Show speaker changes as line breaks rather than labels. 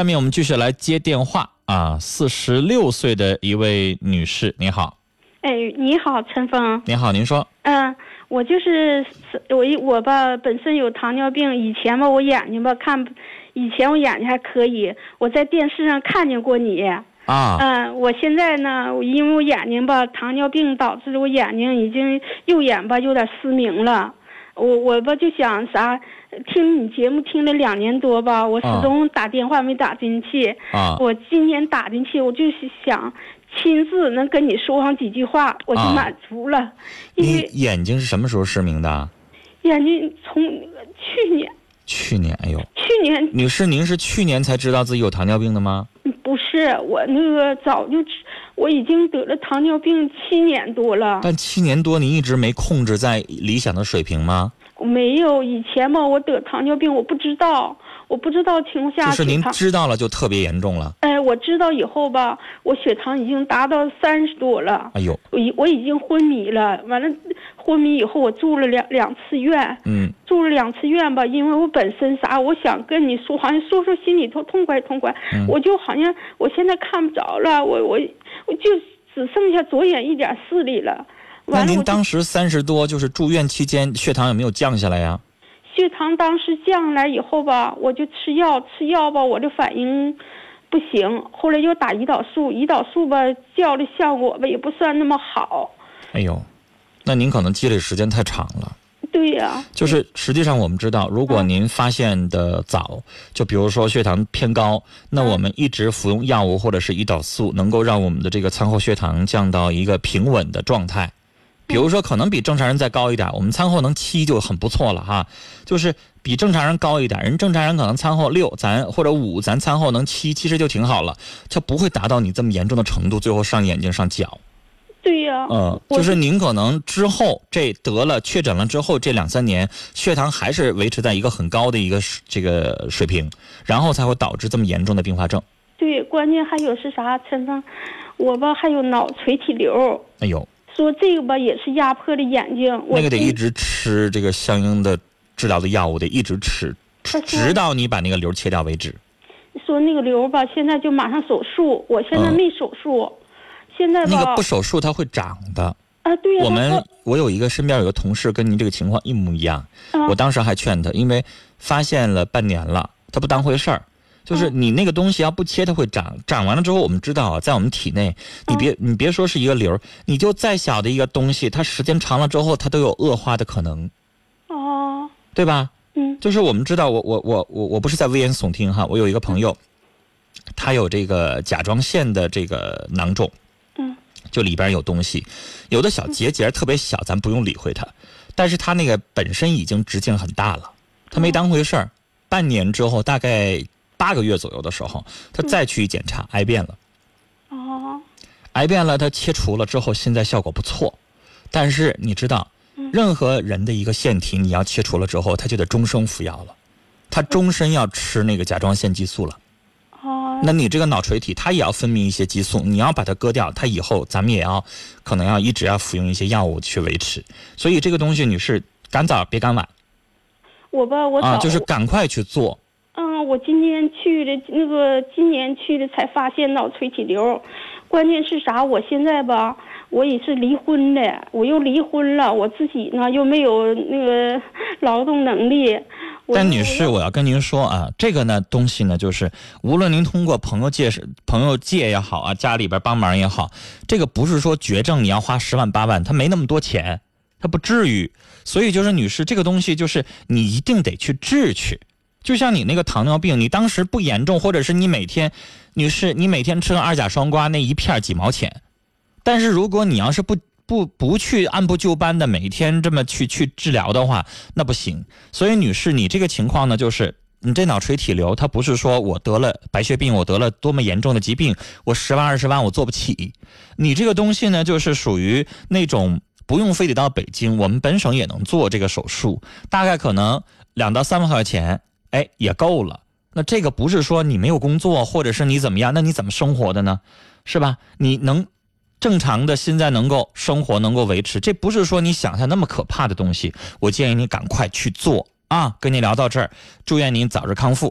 下面我们继续来接电话啊，四十六岁的一位女士，您好，
哎，你好，陈峰。
您好，您说，
嗯、我就是我一我吧，本身有糖尿病，以前吧我眼睛吧看不，以前我眼睛还可以，我在电视上看见过你。
啊，
嗯、我现在呢，我因为我眼睛吧糖尿病导致的我眼睛已经右眼吧有点失明了。我我吧就想啥，听你节目听了两年多吧，我始
啊
终打电话没打进去。
啊，
我今年打进去，我就是想亲自能跟你说上几句话，我就
啊
满足了，因
你
为
眼睛是什么时候失明的？
眼睛从去年
去年，哎呦，
去年
女士，您是去年才知道自己有糖尿病的吗？
不是我那个早就知我已经得了糖尿病七年多了，
但七年多您一直没控制在理想的水平吗？
我没有以前吧，我得糖尿病我不知道，我不知道情况下
就是
血
您
糖。
知道了就特别严重了。
哎，我知道以后吧，我血糖已经达到三十多了，
哎呦，
我已我已经昏迷了。完了，昏迷以后我住了两两次院，
嗯，
住了两次院吧，因为我本身啥，我想跟你说，好像说说心里头痛快痛快。
嗯
我就好像我现在看不着了，我我我就只剩下左眼一点视力了。
那
完了，
您
我就
当时三十多，就是住院期间血糖有没有降下来呀？
血糖当时降下来以后吧，我就吃药，吃药吧，我这反应不行，后来又打胰岛素，胰岛素吧叫的效果吧也不算那么好。
哎呦，那您可能积累时间太长了。
对呀、
就是实际上我们知道，如果您发现的早，就比如说血糖偏高，那我们一直服用药物或者是胰岛素，能够让我们的这个餐后血糖降到一个平稳的状态。比如说，可能比正常人再高一点，我们餐后能七就很不错了哈，就是比正常人高一点。人正常人可能餐后六，咱或者五，咱餐后能七，其实就挺好了，就不会达到你这么严重的程度，最后上眼睛上脚。
对呀、
嗯，
我
就是您可能之后这得了确诊了之后这两三年，血糖还是维持在一个很高的一个水这个水平，然后才会导致这么严重的并发症。
对，关键还有是啥，陈芳，我吧还有脑垂体瘤。
哎呦，
说这个吧，也是压迫的眼睛。我
那个得
听
一直吃这个相应的治疗的药物，得一直吃，
他说
直到你把那个瘤切掉为止。
说那个瘤吧，现在就马上手术，我现在
嗯
没手术，现在吧，
那个不手术它会长的。
啊，对呀、
我
他
们
说
我有一个身边有个同事跟您这个情况一模一样，
嗯
我当时还劝他，因为发现了半年了，他不当回事儿。就是你那个东西要不切，它会长，长完了之后，我们知道啊，在我们体内，你别你别说是一个瘤儿，你就再小的一个东西，它时间长了之后，它都有恶化的可能，
哦，
对吧？
嗯
就是我们知道，我我我我我不是在危言耸听哈，我有一个朋友，他有这个甲状腺的这个囊肿，
嗯，
就里边有东西，有的小结节儿特别小，咱不用理会它，但是它那个本身已经直径很大了，他没当回事儿。半年之后，大概八个月左右的时候，他再去一检查，癌变了，
哦，
癌变了，他切除了之后，现在效果不错，但是你知道，任何人的一个腺体，你要切除了之后，他就得终生服药了，他终身要吃那个甲状腺激素了。
哦，
那你这个脑垂体它也要分泌一些激素，你要把它割掉，它以后咱们也要可能要一直要服用一些药物去维持。所以这个东西你是赶早别赶晚
我吧，我
啊，
早，
就是赶快去做。
嗯，我今天去的那个，今年去的才发现脑垂体瘤，关键是啥？我现在吧，我也是离婚的，我又离婚了，我自己呢又没有那个劳动能力，我
但
就
女士，我要跟您说啊，这个呢东西呢，就是无论您通过朋友介绍、朋友借也好啊，家里边帮忙也好，这个不是说绝症你要花十万八万，他没那么多钱，他不至于。所以就是女士，这个东西就是你一定得去治去。就像你那个糖尿病，你当时不严重，或者是你每天，女士，你每天吃个二甲双胍那一片儿几毛钱，但是如果你要是不不不去按部就班的每天这么去去治疗的话，那不行。所以，女士，你这个情况呢，就是你这脑垂体瘤，它不是说我得了白血病，我得了多么严重的疾病，我十万二十万我做不起。你这个东西呢，就是属于那种不用非得到北京，我们本省也能做这个手术，大概可能两到三万块钱，哎，也够了。那这个不是说你没有工作，或者是你怎么样，那你怎么生活的呢？是吧？你能正常的现在能够生活能够维持，这不是说你想象那么可怕的东西。我建议你赶快去做啊！跟您聊到这儿，祝愿您早日康复。